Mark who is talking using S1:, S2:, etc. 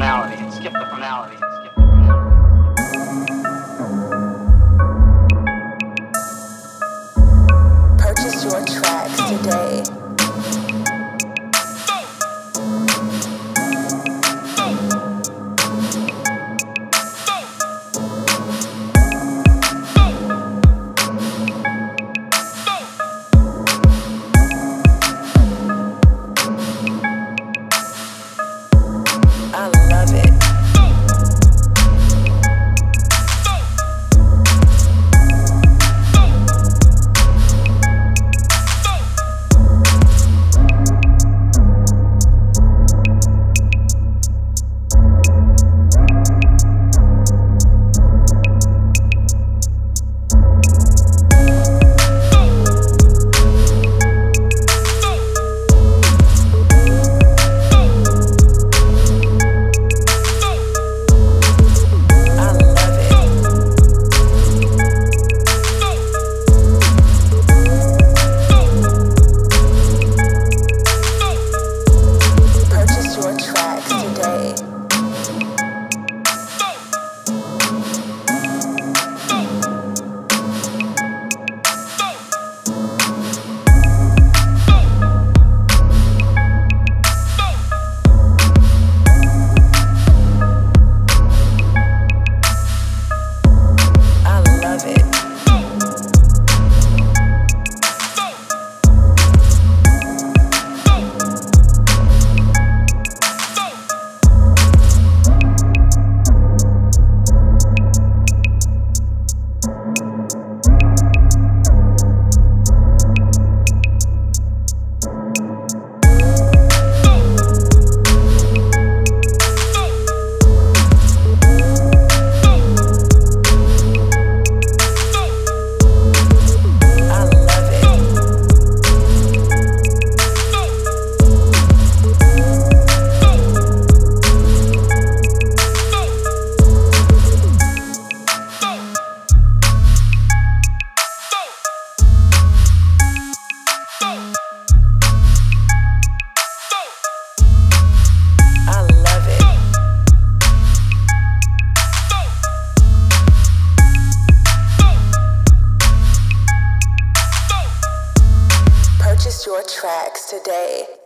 S1: skip the finality. Skip the finality.
S2: Purchase your tracks today. I love it. I love it. Purchase your tracks today. I love it. I love it. I love it. Purchase your tracks today.